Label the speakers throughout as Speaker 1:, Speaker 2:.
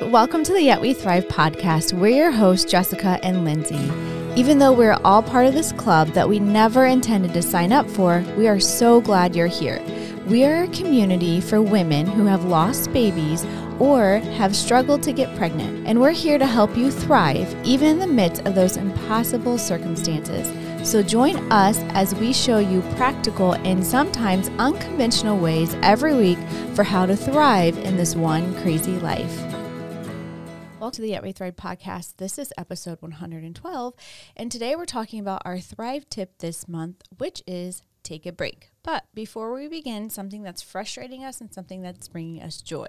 Speaker 1: Welcome to the Yet We Thrive podcast. We're your hosts, Jessica and Lindsay. Even though we're all part of this club that we never intended to sign up for, we are so glad you're here. We are a community for women who have lost babies or have struggled to get pregnant, and we're here to help you thrive even in the midst of those impossible circumstances. So join us as we show you practical and sometimes unconventional ways every week for how to thrive in this one crazy life. Welcome to the Yet We Thrive podcast. This is episode 112, and today we're talking about our Thrive tip this month, which is take a break. But before we begin, something that's frustrating us and something that's bringing us joy.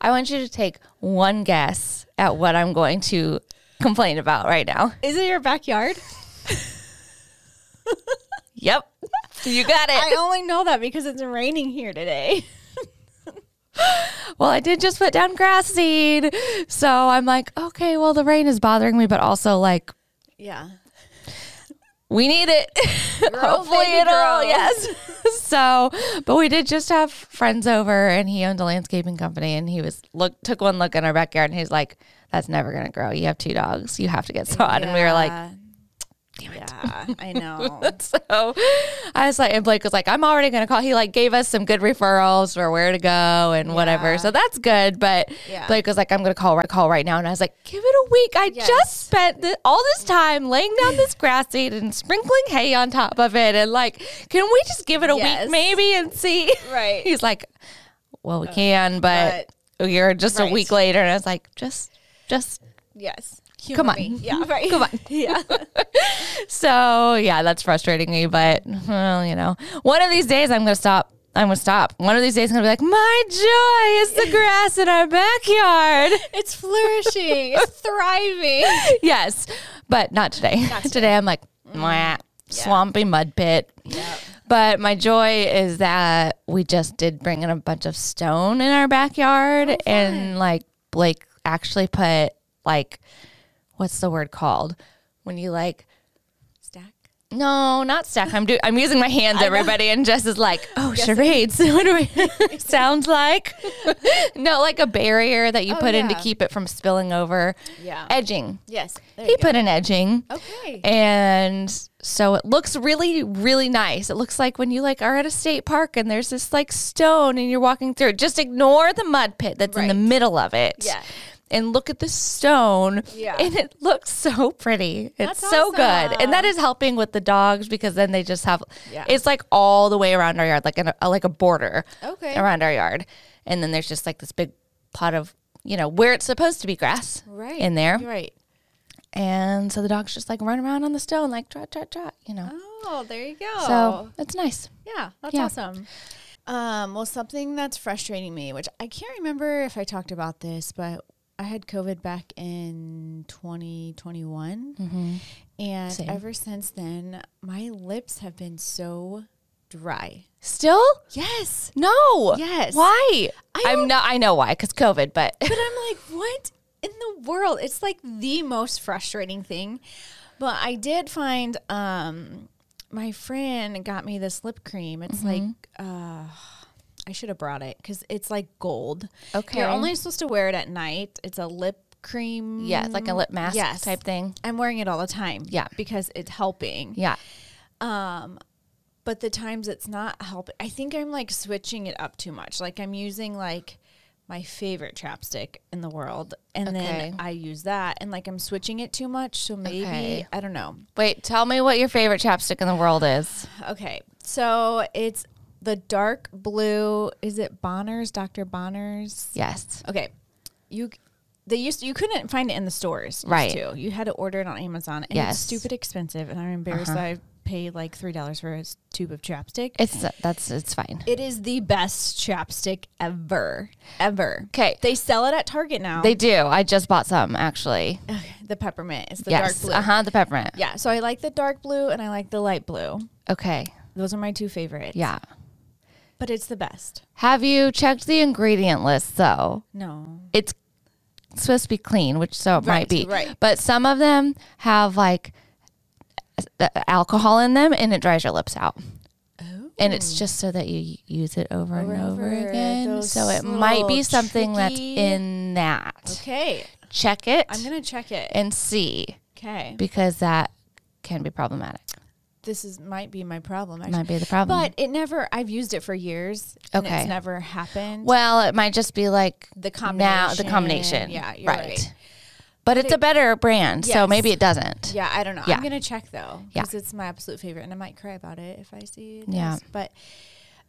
Speaker 2: I want you to take one guess at what I'm going to complain about right now.
Speaker 1: Is it your backyard?
Speaker 2: Yep. You got it.
Speaker 1: I only know that because it's raining here today.
Speaker 2: well, I did just put down grass seed. So I'm like, okay, well, the rain is bothering me, but also like,
Speaker 1: Yeah.
Speaker 2: we need it. Hopefully
Speaker 1: baby,
Speaker 2: it'll,
Speaker 1: grow.
Speaker 2: yes. so, but we did just have friends over and he owned a landscaping company and he was, look, took one look in our backyard and he's like, that's never going to grow. You have two dogs. You have to get sod. And we were like,
Speaker 1: yeah, I know.
Speaker 2: So I was like, and Blake was like, I'm already going to call. He like gave us some good referrals for where to go and
Speaker 1: Yeah.
Speaker 2: whatever. So that's good. But
Speaker 1: Yeah.
Speaker 2: Blake was like, I'm going to call right, call right now. And I was like, give it a week. I
Speaker 1: Yes.
Speaker 2: just spent th- all this time laying down this grass seed and sprinkling hay on top of it. And like, can we just give it a
Speaker 1: Yes.
Speaker 2: week maybe and see?
Speaker 1: Right. Uh,
Speaker 2: He's like, well, we can, but, you're just
Speaker 1: right.
Speaker 2: a week later. And I was like, just, just
Speaker 1: Yes.
Speaker 2: Come
Speaker 1: Humor
Speaker 2: on.
Speaker 1: me. Yeah, right.
Speaker 2: Come on.
Speaker 1: Yeah.
Speaker 2: So yeah, that's frustrating me, but well, you know, one of these days I'm gonna stop. I'm gonna stop. One of these days I'm gonna be like, my joy is the grass in our backyard.
Speaker 1: It's flourishing. It's thriving.
Speaker 2: yes, but not today. Mm. today I'm like, "Mwah, swampy mud pit. But my joy is that we just did bring in a bunch of stone in our backyard, and like Blake actually put like, what's the word called when you like
Speaker 1: Stack.
Speaker 2: No, not stack. I'm do- I'm using my hands, everybody, and Jess is like, "Oh, charades." what do we- sounds like? no, like a barrier that you
Speaker 1: Oh,
Speaker 2: put in to
Speaker 1: yeah.
Speaker 2: keep it from spilling over.
Speaker 1: Yeah.
Speaker 2: edging.
Speaker 1: Yes. There
Speaker 2: He
Speaker 1: you go.
Speaker 2: put an edging.
Speaker 1: Okay.
Speaker 2: And so it looks really, really nice. It looks like when you like are at a state park and there's this like stone and you're walking through. Just ignore the mud pit that's in the
Speaker 1: Right.
Speaker 2: middle of it.
Speaker 1: Yeah.
Speaker 2: And look at the stone.
Speaker 1: Yeah.
Speaker 2: And it looks so pretty.
Speaker 1: That's
Speaker 2: It's so good. And that is helping with the dogs because then they just have
Speaker 1: Yeah.
Speaker 2: it's like all the way around our yard, like in a, like a border
Speaker 1: Okay.
Speaker 2: around our yard. And then there's just like this big plot of, you know, where it's supposed to be grass
Speaker 1: Right.
Speaker 2: in there.
Speaker 1: Right.
Speaker 2: And so the dogs just like run around on the stone, like trot, trot, trot, you know.
Speaker 1: Oh, there you go.
Speaker 2: So it's nice.
Speaker 1: yeah, that's
Speaker 2: yeah.
Speaker 1: awesome. Um, well, something that's frustrating me, which I can't remember if I talked about this, but I had COVID back in 2021. And
Speaker 2: Mm-hmm. Same.
Speaker 1: ever since then, my lips have been so dry.
Speaker 2: Still?
Speaker 1: Yes.
Speaker 2: No.
Speaker 1: Yes.
Speaker 2: Why?
Speaker 1: I
Speaker 2: I'm not, I know why, because COVID, but
Speaker 1: But I'm like, what in the world? It's like the most frustrating thing. But I did find um my friend got me this lip cream. It's
Speaker 2: Mm-hmm.
Speaker 1: like uh I should have brought it cuz it's like gold.
Speaker 2: Okay.
Speaker 1: You're only supposed to wear it at night. It's a lip cream.
Speaker 2: yeah, it's like a lip mask
Speaker 1: Yes.
Speaker 2: type thing.
Speaker 1: I'm wearing it all the time.
Speaker 2: Yeah.
Speaker 1: Because it's helping.
Speaker 2: Yeah.
Speaker 1: But the times it's not helping, I think I'm like switching it up too much. Like I'm using like my favorite chapstick in the world, and
Speaker 2: Okay.
Speaker 1: then I use that, and like I'm switching it too much. So maybe
Speaker 2: Okay.
Speaker 1: I don't know.
Speaker 2: Wait, tell me what your favorite chapstick in the world is.
Speaker 1: Okay, so it's the dark blue. Is it Bonner's? Dr. Bonner's?
Speaker 2: Yes.
Speaker 1: Okay, you. They used you couldn't find it in the stores, used
Speaker 2: Right.
Speaker 1: To. You had to order it on Amazon, and
Speaker 2: Yes. Uh-huh.
Speaker 1: it's stupid expensive. And I'm embarrassed that I paid like three dollars for a s- tube of chapstick.
Speaker 2: It's that's it's fine.
Speaker 1: It is the best chapstick ever, ever.
Speaker 2: 'Kay.
Speaker 1: they sell it at Target now.
Speaker 2: They do. I just bought some actually.
Speaker 1: the peppermint is the dark
Speaker 2: yes.
Speaker 1: blue.
Speaker 2: Uh huh. The peppermint.
Speaker 1: Yeah, so I like the dark blue and I like the light blue.
Speaker 2: Okay.
Speaker 1: Those are my two favorites.
Speaker 2: Yeah.
Speaker 1: but it's the best.
Speaker 2: Have you checked the ingredient list though?
Speaker 1: No,
Speaker 2: it's supposed to be clean, which so
Speaker 1: Right,
Speaker 2: it might be.
Speaker 1: right.
Speaker 2: But some of them have like a- a- alcohol in them and it dries your lips out. and it's just so that you use it over,
Speaker 1: Over
Speaker 2: and
Speaker 1: and
Speaker 2: over,
Speaker 1: over.
Speaker 2: again.
Speaker 1: Those
Speaker 2: So it might be
Speaker 1: little
Speaker 2: something that's
Speaker 1: tricky-
Speaker 2: in that.
Speaker 1: Okay.
Speaker 2: Check it
Speaker 1: I'm going to check it.
Speaker 2: and see
Speaker 1: Okay.
Speaker 2: because that can be problematic.
Speaker 1: This is might be my problem actually.
Speaker 2: Might be the problem.
Speaker 1: But it never I've used it for years. And
Speaker 2: Okay.
Speaker 1: it's never happened.
Speaker 2: well, it might just be like
Speaker 1: the
Speaker 2: now
Speaker 1: combination.
Speaker 2: the combination.
Speaker 1: Yeah, you're right.
Speaker 2: But it's a better brand, so
Speaker 1: Yes.
Speaker 2: maybe it doesn't.
Speaker 1: Yeah, I don't know.
Speaker 2: Yeah.
Speaker 1: I'm gonna check though
Speaker 2: Yeah.
Speaker 1: because it's my absolute favorite, and I might cry about it if I see. It
Speaker 2: Yeah.
Speaker 1: yeah, but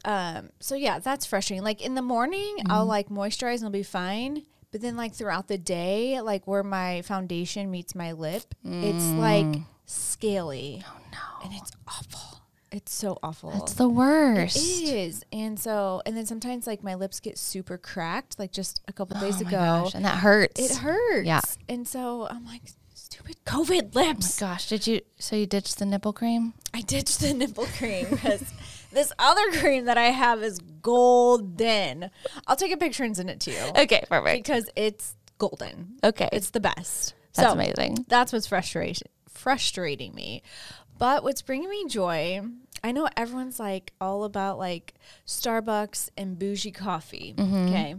Speaker 1: um, so yeah, that's frustrating. Like in the morning,
Speaker 2: Mm-hmm.
Speaker 1: I'll like moisturize and I'll be fine, but then like throughout the day, like where my foundation meets my lip, it's
Speaker 2: Mm.
Speaker 1: like scaly. Oh no, and it's awful. It's so awful.
Speaker 2: It's the worst.
Speaker 1: It is. And so, and then sometimes like my lips get super cracked, like just a couple days
Speaker 2: Oh my
Speaker 1: ago.
Speaker 2: gosh, and that hurts.
Speaker 1: It hurts.
Speaker 2: Yeah.
Speaker 1: And so I'm like, stupid COVID
Speaker 2: Oh my
Speaker 1: lips.
Speaker 2: gosh, did you? So you ditched the nipple cream?
Speaker 1: I ditched the nipple cream because this other cream that I have is golden. I'll take a picture and send it to you
Speaker 2: Okay, perfect.
Speaker 1: because it's golden.
Speaker 2: Okay,
Speaker 1: It's the best.
Speaker 2: that's
Speaker 1: So,
Speaker 2: amazing.
Speaker 1: That's what's frustration frustrating me. But what's bringing me joy, I know everyone's like all about like Starbucks and bougie coffee. Okay.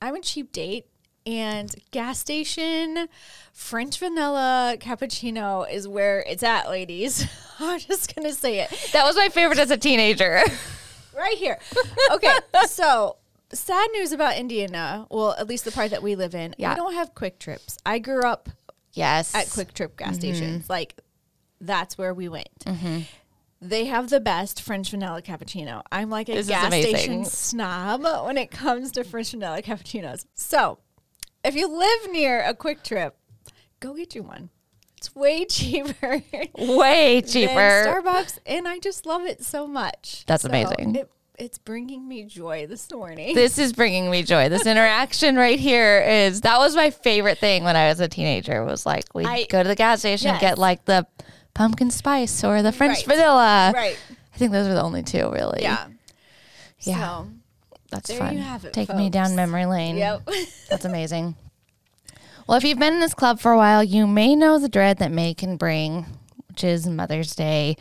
Speaker 1: I'm a cheap date and gas station French vanilla cappuccino is where it's at, ladies. I'm just gonna say it
Speaker 2: That was my favorite as a teenager.
Speaker 1: right here. Okay, so sad news about Indiana. Well, at least the part that we live in.
Speaker 2: Yeah.
Speaker 1: We don't have quick trips. I grew up
Speaker 2: yes,
Speaker 1: at quick trip gas
Speaker 2: Mm-hmm.
Speaker 1: stations. Like that's where we went. They have the best French vanilla cappuccino. I'm like a
Speaker 2: This is
Speaker 1: gas
Speaker 2: amazing.
Speaker 1: station snob when it comes to French vanilla cappuccinos. So, if you live near a quick trip, go get you one. It's way cheaper
Speaker 2: way
Speaker 1: than
Speaker 2: cheaper.
Speaker 1: Starbucks, and I just love it so much.
Speaker 2: That's
Speaker 1: So
Speaker 2: amazing.
Speaker 1: It, it's bringing me joy this morning.
Speaker 2: This is bringing me joy. This interaction right here is that was my favorite thing when I was a teenager. Was like we
Speaker 1: I-
Speaker 2: would go to the gas station,
Speaker 1: Yes.
Speaker 2: get like the pumpkin spice or the French
Speaker 1: Right.
Speaker 2: vanilla.
Speaker 1: right?
Speaker 2: I think those were the only two really.
Speaker 1: Yeah.
Speaker 2: Yeah.
Speaker 1: So,
Speaker 2: that's
Speaker 1: there
Speaker 2: fun.
Speaker 1: you have it,
Speaker 2: Take me down
Speaker 1: folks.
Speaker 2: memory lane.
Speaker 1: yep.
Speaker 2: That's amazing. Well, if you've been in this club for a while, you may know the dread that May can bring, which is Mother's Day.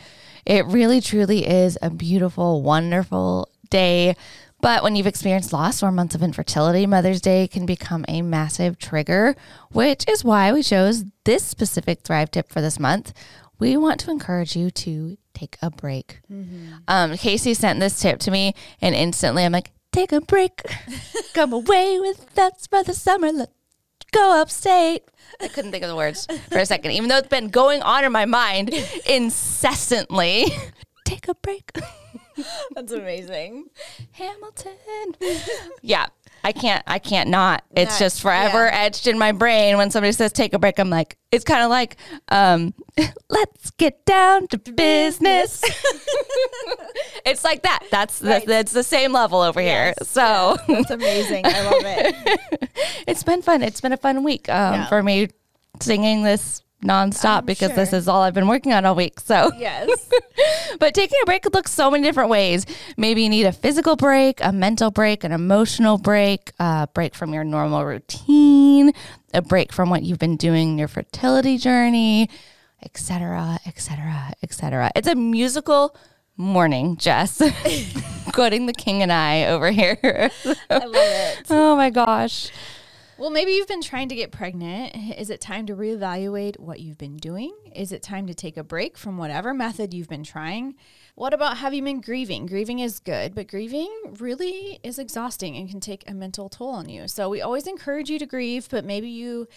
Speaker 2: It really, truly is a beautiful, wonderful day. But when you've experienced loss or months of infertility, Mother's Day can become a massive trigger, which is why we chose this specific Thrive tip for this month. We want to encourage you to take a break. Um, Casey sent this tip to me, and instantly I'm like, take a break, come away with us for the summer. Let's go upstate. I couldn't think of the words for a second, even though it's been going on in my mind incessantly. take a break,
Speaker 1: That's amazing.
Speaker 2: Hamilton. yeah, I can't. I can't not. It's
Speaker 1: Not-
Speaker 2: just forever
Speaker 1: yeah.
Speaker 2: etched in my brain. When somebody says take a break, I'm like, it's kind of like, um, let's get down to business. it's like that. That's the,
Speaker 1: Right.
Speaker 2: that's the same level over here.
Speaker 1: Yes,
Speaker 2: So.
Speaker 1: That's amazing. I love it.
Speaker 2: it's been fun. It's been a fun week um,
Speaker 1: Yeah.
Speaker 2: for me singing this nonstop
Speaker 1: I'm
Speaker 2: because this
Speaker 1: sure.
Speaker 2: is all I've been working on all week. So,
Speaker 1: Yes.
Speaker 2: but taking a break could look so many different ways. Maybe you need a physical break, a mental break, an emotional break, a break from your normal routine, a break from what you've been doing in your fertility journey, et cetera, et cetera, et cetera. It's a musical morning, Jess. Quoting the king and I over here.
Speaker 1: I love it.
Speaker 2: oh my gosh.
Speaker 1: Well, maybe you've been trying to get pregnant. Is it time to reevaluate what you've been doing? Is it time to take a break from whatever method you've been trying? What about have you been grieving? Grieving is good, but grieving really is exhausting and can take a mental toll on you. So we always encourage you to grieve, but maybe you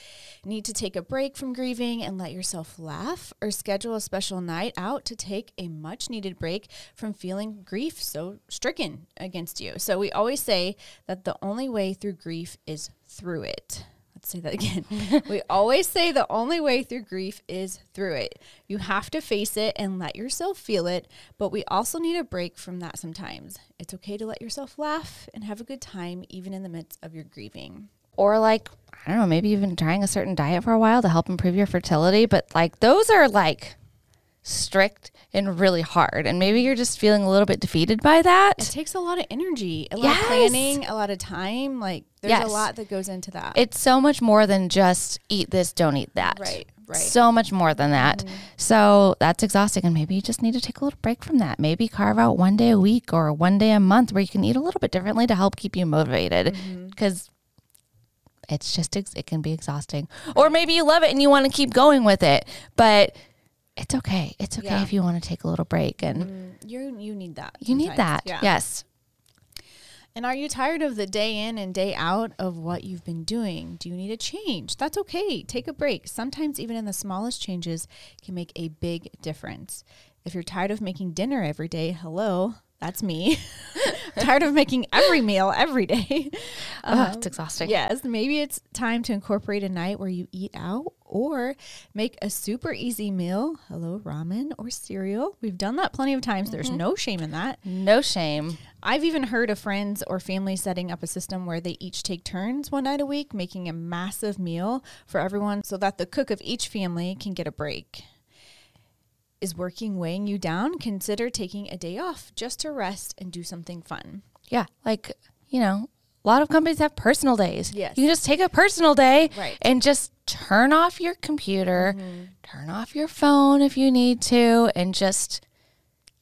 Speaker 1: need to take a break from grieving and let yourself laugh or schedule a special night out to take a much needed break from feeling grief so stricken against you. So we always say that the only way through grief is through it. Let's say that again. we always say the only way through grief is through it. You have to face it and let yourself feel it, but we also need a break from that sometimes. It's okay to let yourself laugh and have a good time even in the midst of your grieving.
Speaker 2: or like I don't know, maybe you've been trying a certain diet for a while to help improve your fertility, but like those are like strict and really hard, and maybe you're just feeling a little bit defeated by
Speaker 1: It
Speaker 2: that.
Speaker 1: takes a lot of energy, a lot
Speaker 2: Yes.
Speaker 1: of planning, a lot of time. Like there's
Speaker 2: Yes.
Speaker 1: a lot that goes into that.
Speaker 2: It's so much more than just eat this, don't eat that.
Speaker 1: Right, Right. Mm-hmm.
Speaker 2: so much more than that. So that's exhausting. And maybe you just need to take a little break from that. Maybe carve out one day a week or one day a month where you can eat a little bit differently to help keep you motivated
Speaker 1: Mm-hmm.
Speaker 2: because it's just, ex- it can be exhausting. Or maybe you love it and you want to keep going with it, but it's okay. It's okay
Speaker 1: Yeah.
Speaker 2: if you want to take a little break and
Speaker 1: you you need that.
Speaker 2: you need
Speaker 1: sometimes.
Speaker 2: that.
Speaker 1: Yeah.
Speaker 2: Yes.
Speaker 1: And are you tired of the day in and day out of what you've been doing? Do you need a change? That's okay. Take a break. Sometimes even in the smallest changes can make a big difference. If you're tired of making dinner every day, hello, that's me. tired of making every meal every day.
Speaker 2: Ugh, it's exhausting.
Speaker 1: Yes, maybe it's time to incorporate a night where you eat out or make a super easy meal. Hello, ramen or cereal. We've done that plenty of times. There's no shame in that.
Speaker 2: No shame.
Speaker 1: I've even heard of friends or family setting up a system where they each take turns one night a week making a massive meal for everyone so that the cook of each family can get a break. Is working weighing you down? Consider taking a day off just to rest and do something fun.
Speaker 2: Yeah, like you know, a lot of companies have personal days.
Speaker 1: Yes.
Speaker 2: you can just take a personal day,
Speaker 1: Right.
Speaker 2: and just turn off your computer, turn off your phone if you need to, and just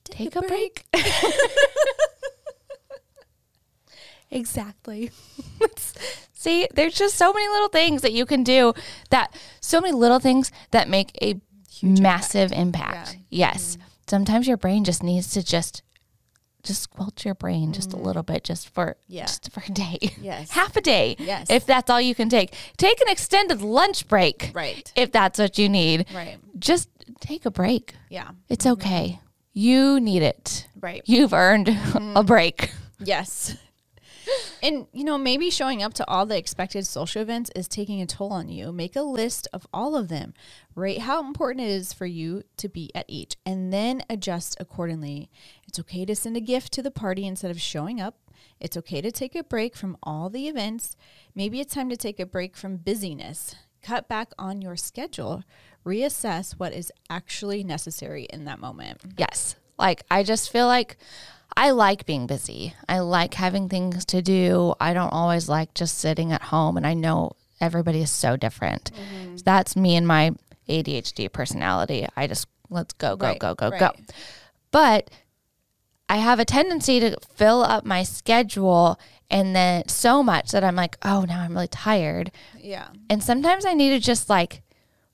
Speaker 2: take, a break. exactly. It's- See, there's just so many little things that you can do that so many little things that make a massive impact. Yes. Sometimes your brain just needs to just just squelch your brain just a little bit just for
Speaker 1: Mm. Yeah.
Speaker 2: just for a day.
Speaker 1: Yes.
Speaker 2: Half a day.
Speaker 1: Yes.
Speaker 2: If that's all you can take. Take an extended lunch break.
Speaker 1: Right.
Speaker 2: If that's what you need.
Speaker 1: Right.
Speaker 2: Just take a break.
Speaker 1: Yeah.
Speaker 2: It's okay. You need it.
Speaker 1: Right. Mm-hmm.
Speaker 2: You've earned a break.
Speaker 1: Yes. And you know, maybe showing up to all the expected social events is taking a toll on you. Make a list of all of them. Rate how important it is for you to be at each and then adjust accordingly. It's okay to send a gift to the party instead of showing up. It's okay to take a break from all the events. Maybe it's time to take a break from busyness. Cut back on your schedule. Reassess what is actually necessary in that moment.
Speaker 2: Yes. Like I just feel like I like being busy. I like having things to do. I don't always like just sitting at home and I know everybody is so different.
Speaker 1: Mm-hmm.
Speaker 2: So that's me and my ADHD personality. I just let's go go
Speaker 1: Right,
Speaker 2: go go
Speaker 1: right.
Speaker 2: go. But I have a tendency to fill up my schedule and then so much that I'm like, "Oh, now I'm really tired."
Speaker 1: Yeah.
Speaker 2: And sometimes I need to just like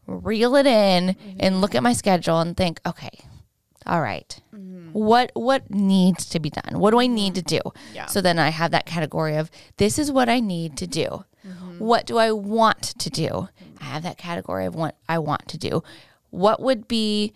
Speaker 2: reel it in
Speaker 1: Mm-hmm.
Speaker 2: and look at my schedule and think, okay, all right,
Speaker 1: Mm-hmm.
Speaker 2: what what needs to be done? What do I need to do?
Speaker 1: Yeah.
Speaker 2: So then I have that category of this is what I need to do.
Speaker 1: Mm-hmm.
Speaker 2: What do I want to do? I have that category of what I want to do. What would be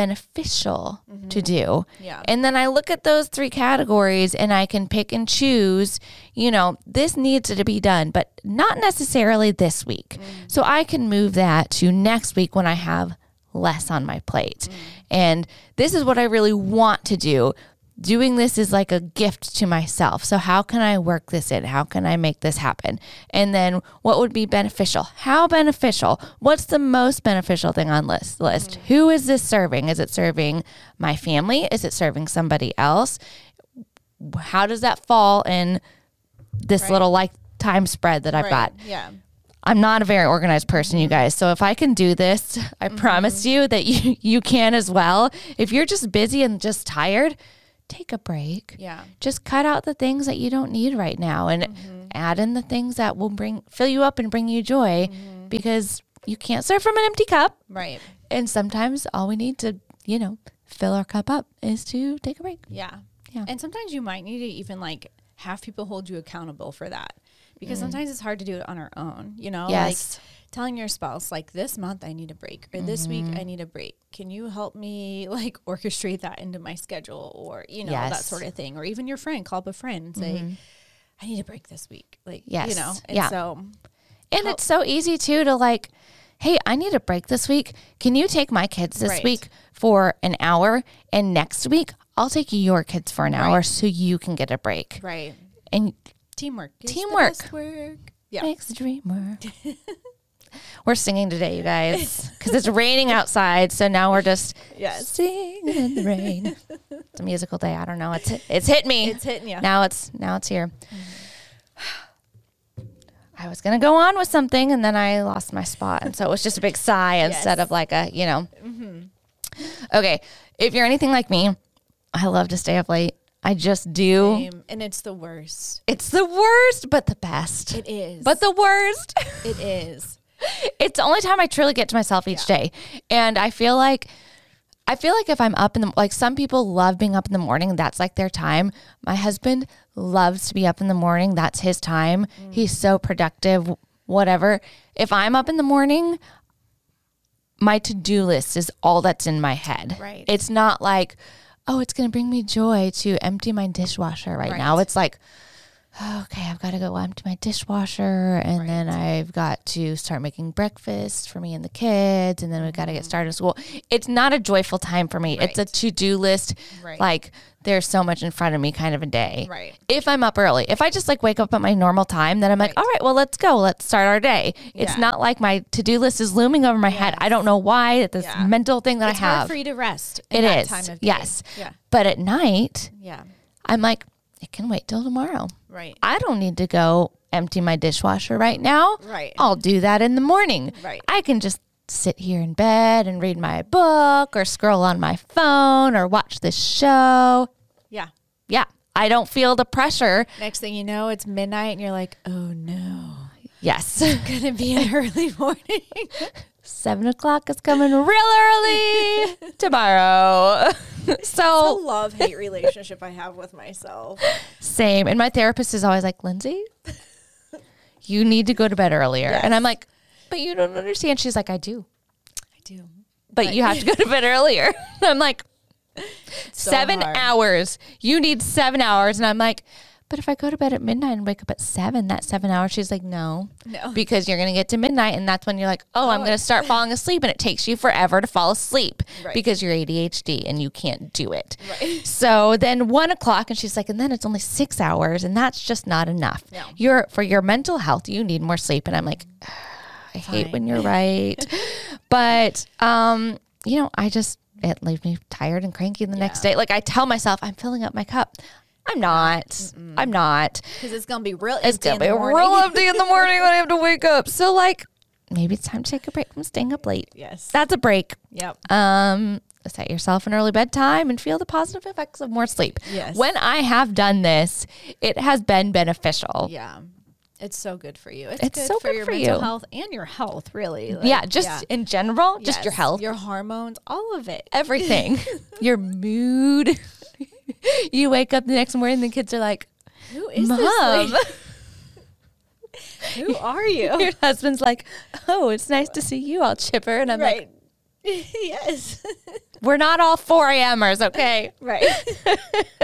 Speaker 2: beneficial to do?
Speaker 1: Mm-hmm. Yeah.
Speaker 2: And then I look at those three categories and I can pick and choose, you know, this needs to be done, but not necessarily this week. So I can move that to next week when I have less on my plate. And this is what I really want to do. Doing this is like a gift to myself. So, how can I work this in? How can I make this happen? And then, what would be beneficial? How beneficial? What's the most beneficial thing on list? List. Who is this serving? Is it serving my family? Is it serving somebody else? How does that fall in this little like time spread that I've got?
Speaker 1: Yeah.
Speaker 2: I'm not a very organized person, you guys. So if I can do this, I promise you that you, you can as well. If you're just busy and just tired, take a break.
Speaker 1: Yeah.
Speaker 2: Just cut out the things that you don't need right now and add in the things that will bring fill you up and bring you joy because you can't serve from an empty cup.
Speaker 1: Right.
Speaker 2: And sometimes all we need to, you know, fill our cup up is to take a break.
Speaker 1: Yeah.
Speaker 2: Yeah.
Speaker 1: And sometimes you might need to even like have people hold you accountable for that because sometimes it's hard to do it on our own, you know?
Speaker 2: Mm. Yes.
Speaker 1: Like telling your spouse, like, this month I need a break or this week
Speaker 2: Mm-hmm.
Speaker 1: I need a break. Can you help me like orchestrate that into my schedule or, you know, that
Speaker 2: Yes. Mm-hmm.
Speaker 1: sort of thing? Or even your friend, call up a friend and say, I need a break this week. Like, you
Speaker 2: Yes.
Speaker 1: know? And
Speaker 2: Yeah.
Speaker 1: so,
Speaker 2: And it's so easy too to like, hey, I need a break this week. Can you take my kids this
Speaker 1: Right.
Speaker 2: week for an hour? And next week, I'll take your kids for an hour so you can get a break.
Speaker 1: right.
Speaker 2: And
Speaker 1: Teamwork. is the
Speaker 2: Teamwork.
Speaker 1: best work. Yeah.
Speaker 2: makes the dream work. we're singing today, you guys, because it's raining outside. So now we're just
Speaker 1: Yes.
Speaker 2: singing in the rain. it's a musical day. I don't know. It's it's hit me.
Speaker 1: It's hitting you. Mm-hmm.
Speaker 2: Now it's now it's here. I was going to go on with something and then I lost my spot. And so it was just a big sigh instead of like a, you know.
Speaker 1: Mm-hmm.
Speaker 2: Okay. If you're anything like me, I love to stay up late. I just do.
Speaker 1: Same. And it's the worst.
Speaker 2: It's the worst, but the best.
Speaker 1: It is.
Speaker 2: But the worst.
Speaker 1: it is.
Speaker 2: it's the only time I truly get to myself each day. And I feel like I feel like if I'm up in the like some people love being up in the morning, that's like their time. My husband loves to be up in the morning, that's his time. He's so productive, whatever. If I'm up in the morning, my to-do list is all that's in my head.
Speaker 1: Right.
Speaker 2: It's not like Oh, it's going to bring me joy to empty my dishwasher right, now. It's like, okay, I've got to go empty my dishwasher and then I've got to start making breakfast for me and the kids and then we've got to get
Speaker 1: Mm-hmm.
Speaker 2: started at school. It's not a joyful time for me. It's a to-do list.
Speaker 1: Right.
Speaker 2: Like there's so much in front of me kind of a day.
Speaker 1: Right.
Speaker 2: If I'm up early, if I just like wake up at my normal time, then I'm like, all right, well, let's go. Let's start our day. It's
Speaker 1: Yeah.
Speaker 2: not like my to-do list is looming over my head. I don't know why this
Speaker 1: Yeah.
Speaker 2: mental thing that
Speaker 1: It's
Speaker 2: I have.
Speaker 1: hard for you to rest.
Speaker 2: It
Speaker 1: in that
Speaker 2: is.
Speaker 1: Time of day.
Speaker 2: Yes.
Speaker 1: Yeah.
Speaker 2: But at night,
Speaker 1: Yeah.
Speaker 2: I'm like, it can wait till tomorrow.
Speaker 1: Right.
Speaker 2: I don't need to go empty my dishwasher right now.
Speaker 1: Right.
Speaker 2: I'll do that in the morning.
Speaker 1: Right.
Speaker 2: I can just sit here in bed and read my book or scroll on my phone or watch this show.
Speaker 1: Yeah.
Speaker 2: Yeah. I don't feel the pressure.
Speaker 1: Next thing you know, it's midnight and you're like, oh no,
Speaker 2: Yes.
Speaker 1: gonna be an early morning.
Speaker 2: Seven o'clock is coming real early tomorrow. so
Speaker 3: the love hate relationship I have with myself.
Speaker 2: Same. And my therapist is always like, Lindsay, you need to go to bed earlier. And I'm like, but you don't understand. She's like, I do.
Speaker 1: I do.
Speaker 2: But you have to go to bed earlier. And I'm like, seven
Speaker 1: hard.
Speaker 2: hours. You need seven hours. And I'm like, but if I go to bed at midnight and wake up at seven, that seven hours, she's like, no,
Speaker 1: No.
Speaker 2: because you're going to get to midnight. And that's when you're like, oh, I'm going to start falling asleep. And it takes you forever to fall asleep
Speaker 1: Right.
Speaker 2: because you're ADHD and you can't do it. So then one o'clock, and she's like, and then it's only six hours. And that's just not enough.
Speaker 1: No.
Speaker 2: You're, for your mental health, you need more sleep. And I'm like, I hate when you're right. but um, you know, I just it leaves me tired and cranky the next day. Like I tell myself I'm filling up my cup. I'm not. I'm not.
Speaker 1: Because it's gonna be real.
Speaker 2: It's gonna be real empty in the morning when I have to wake up. So like maybe it's time to take a break from staying up late.
Speaker 1: Yes.
Speaker 2: That's a break.
Speaker 1: Yep.
Speaker 2: Um set yourself an early bedtime and feel the positive effects of more sleep.
Speaker 1: Yes.
Speaker 2: When I have done this, it has been beneficial.
Speaker 1: Yeah. It's so good for you. It's,
Speaker 2: It's
Speaker 1: good
Speaker 2: so
Speaker 1: for
Speaker 2: good
Speaker 1: your
Speaker 2: for
Speaker 1: mental
Speaker 2: you.
Speaker 1: health and your health, really. Like,
Speaker 2: Yeah, just
Speaker 1: yeah.
Speaker 2: in general, just your
Speaker 1: Yes.
Speaker 2: health.
Speaker 1: your hormones, all of it.
Speaker 2: everything your mood you wake up the next morning the kids are like
Speaker 1: Who is
Speaker 2: mom
Speaker 1: this? lady? Who are you?
Speaker 2: your husband's like oh it's nice to see you all chipper and i'm like
Speaker 1: right. yes.
Speaker 2: we're not all 4amers okay
Speaker 1: Right.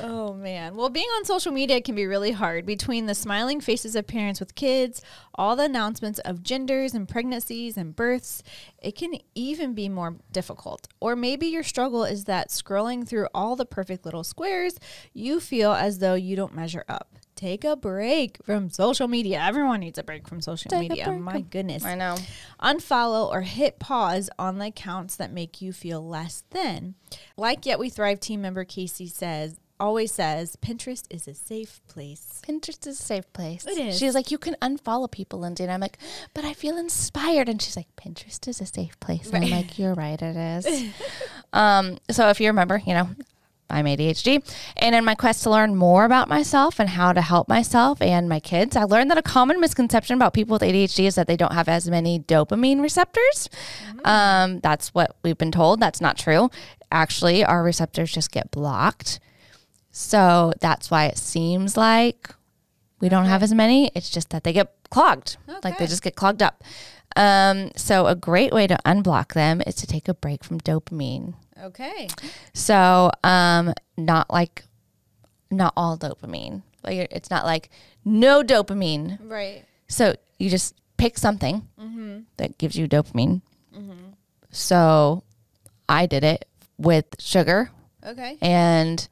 Speaker 1: oh man. Well, being on social media can be really hard between the smiling faces of parents with kids, all the announcements of genders and pregnancies and births. It can even be more difficult. Or maybe your struggle is that scrolling through all the perfect little squares, you feel as though you don't measure up. Take a break from social media. Everyone needs a break from social
Speaker 2: Take a
Speaker 1: media.
Speaker 2: break.
Speaker 1: My goodness.
Speaker 2: i know
Speaker 1: Unfollow or hit pause on the accounts that make you feel less than. Like Yet We Thrive team member Casey says, always says, Pinterest is a safe place.
Speaker 2: pinterest is a safe place
Speaker 1: It is.
Speaker 2: she's like you can unfollow people lindsay and i'm like but i feel inspired and she's like pinterest is a safe place and i'm like you're right it is um so if you remember you know I'm ADHD. And in my quest to learn more about myself and how to help myself and my kids, I learned that a common misconception about people with ADHD is that they don't have as many dopamine receptors.
Speaker 1: Mm.
Speaker 2: Um, that's what we've been told. That's not true. Actually, our receptors just get blocked. So that's why it seems like we don't have as many. It's just that they get clogged. Like they just get clogged up. Um, so a great way to unblock them is to take a break from dopamine.
Speaker 1: Okay.
Speaker 2: So, um, not like, not all dopamine. Like it- it's not like no dopamine.
Speaker 1: Right.
Speaker 2: So you just pick something that gives you dopamine. So, I did it with sugar
Speaker 1: Okay.
Speaker 2: and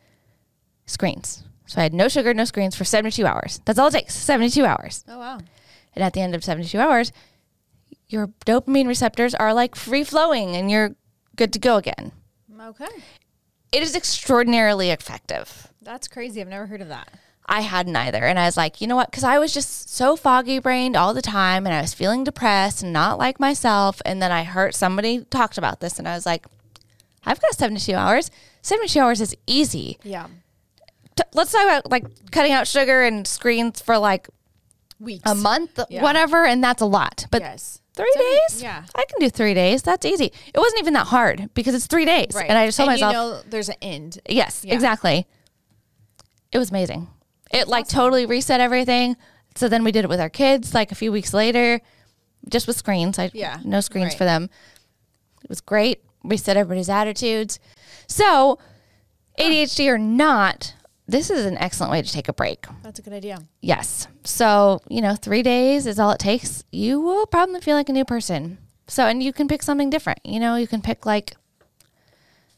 Speaker 2: screens. So I had no sugar, no screens for 72 hours. That's all it takes, 72 hours.
Speaker 1: Oh, wow.
Speaker 2: And at the end of 72 hours, your dopamine receptors are like free flowing and you're good to go again.
Speaker 1: Okay.
Speaker 2: It is extraordinarily effective.
Speaker 1: That's crazy. I've never heard of that.
Speaker 2: I hadn't either. And I was like, you know what? Because I was just so foggy brained all the time and I was feeling depressed and not like myself. And then I heard somebody talked about this and I was like, I've got 72 hours. 72 hours is easy.
Speaker 3: Yeah.
Speaker 2: T- let's talk about like cutting out sugar and screens for like
Speaker 3: Weeks.
Speaker 2: a month,
Speaker 3: Yeah.
Speaker 2: whatever. And that's a lot. Um, But
Speaker 3: Yes.
Speaker 2: three
Speaker 3: Seven-
Speaker 2: days?
Speaker 3: yeah.
Speaker 2: I can do three days. That's easy. It wasn't even that hard because it's three days.
Speaker 3: Right.
Speaker 2: And I just told myself,
Speaker 3: you know there's an end.
Speaker 2: Yes,
Speaker 3: Yeah.
Speaker 2: exactly. It was amazing. It like totally reset everything. So then we did it with our kids like a few weeks later, just with screens. I
Speaker 3: Yeah,
Speaker 2: no screens
Speaker 3: right.
Speaker 2: for them. It was great. Reset everybody's attitudes. So ADHD or not, this is an excellent way to take a break.
Speaker 3: That's a good idea.
Speaker 2: Yes. So, you know, three days is all it takes. You will probably feel like a new person. So, and you can pick something different. You know, you can pick like,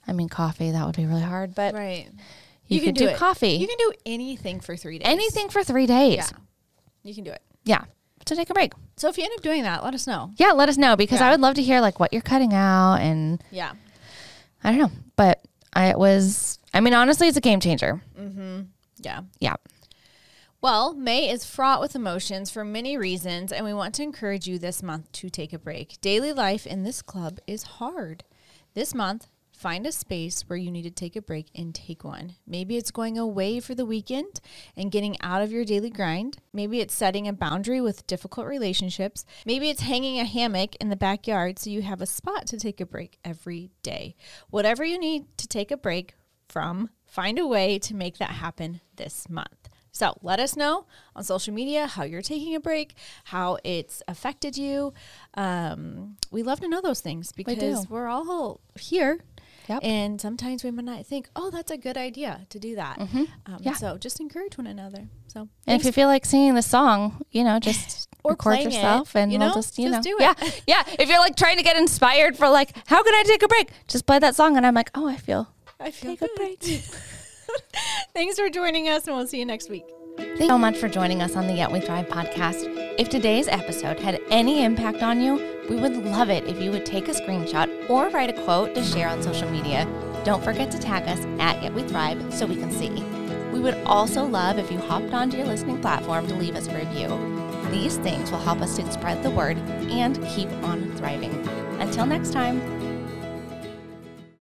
Speaker 2: I mean, coffee, that would be really hard, but
Speaker 3: Right.
Speaker 2: You can do
Speaker 3: it.
Speaker 2: coffee.
Speaker 3: You can do anything for three days.
Speaker 2: anything for three days.
Speaker 3: Yeah.
Speaker 2: Yeah.
Speaker 3: You can do it.
Speaker 2: To take a break.
Speaker 3: So if you end up doing that, let us know.
Speaker 2: Yeah. Let us know because
Speaker 3: Yeah.
Speaker 2: I would love to hear like what you're cutting out and
Speaker 3: Yeah.
Speaker 2: I don't know, but I it was, I mean, honestly, it's a game changer.
Speaker 3: Yeah.
Speaker 2: Yeah.
Speaker 3: Well, May is fraught with emotions for many reasons, and we want to encourage you this month to take a break. Daily life in this club is hard. This month, find a space where you need to take a break and take one. Maybe it's going away for the weekend and getting out of your daily grind. Maybe it's setting a boundary with difficult relationships. Maybe it's hanging a hammock in the backyard so you have a spot to take a break every day. Whatever you need to take a break from, find a way to make that happen this month. So let us know on social media how you're taking a break, how it's affected you. Um, we love to know those things because
Speaker 2: do.
Speaker 3: we are all here.
Speaker 2: Yep.
Speaker 3: And sometimes we might not think, oh, that's a good idea to do that. Um,
Speaker 2: Mm-hmm. Yeah.
Speaker 3: So just encourage one another. So
Speaker 2: And if you feel like singing the song, you know, just
Speaker 3: Or
Speaker 2: record
Speaker 3: playing it,
Speaker 2: yourself and
Speaker 3: you
Speaker 2: we'll
Speaker 3: know?
Speaker 2: just, you
Speaker 3: Just
Speaker 2: know.
Speaker 3: do it.
Speaker 2: Yeah. Yeah. If you're like trying to get inspired for like, how can I take a break? Just play that song. And I'm like, oh, I feel.
Speaker 3: I feel
Speaker 2: Take a break.
Speaker 3: Thanks for joining us, and we'll see you next week.
Speaker 2: Thank you so much for joining us on the Yet We Thrive podcast. If today's episode had any impact on you, we would love it if you would take a screenshot or write a quote to share on social media. Don't forget to tag us at Yet We Thrive so we can see. We would also love if you hopped onto your listening platform to leave us a review. These things will help us to spread the word and keep on thriving. Until next time.